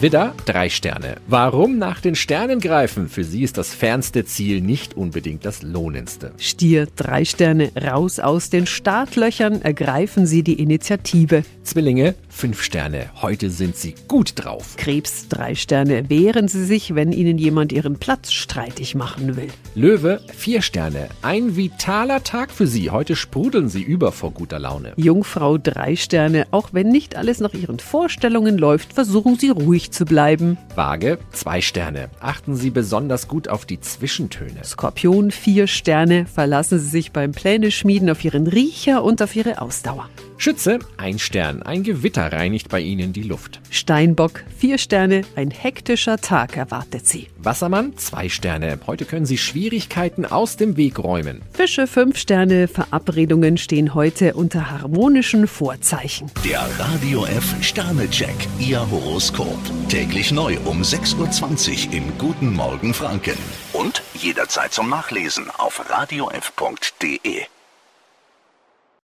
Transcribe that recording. Widder, drei Sterne. Warum nach den Sternen greifen? Für sie ist das fernste Ziel nicht unbedingt das lohnendste. Stier, drei Sterne, raus aus den Startlöchern, ergreifen Sie die Initiative. Zwillinge, fünf Sterne. Heute sind sie gut drauf. Krebs, drei Sterne, wehren Sie sich, wenn Ihnen jemand Ihren Platz streitig machen will. Löwe, vier Sterne. Ein vitaler Tag für sie. Heute sprudeln sie über vor guter Laune. Jungfrau, drei Sterne, auch wenn nicht alles nach Ihren Vorstellungen läuft, versuchen Sie ruhig zu bleiben. Waage, zwei Sterne. Achten Sie besonders gut auf die Zwischentöne. Skorpion, vier Sterne, verlassen Sie sich beim Pläne schmieden auf Ihren Riecher und auf Ihre Ausdauer. Schütze, ein Stern. Ein Gewitter reinigt bei ihnen die Luft. Steinbock, vier Sterne, ein hektischer Tag erwartet Sie. Wassermann, zwei Sterne. Heute können sie Schwierigkeiten aus dem Weg räumen. Fische, fünf Sterne, Verabredungen stehen heute unter harmonischen Vorzeichen. Der Radio F Sternecheck, Ihr Horoskop. Täglich neu um 6.20 Uhr im Guten Morgen Franken. Und jederzeit zum Nachlesen auf radiof.de.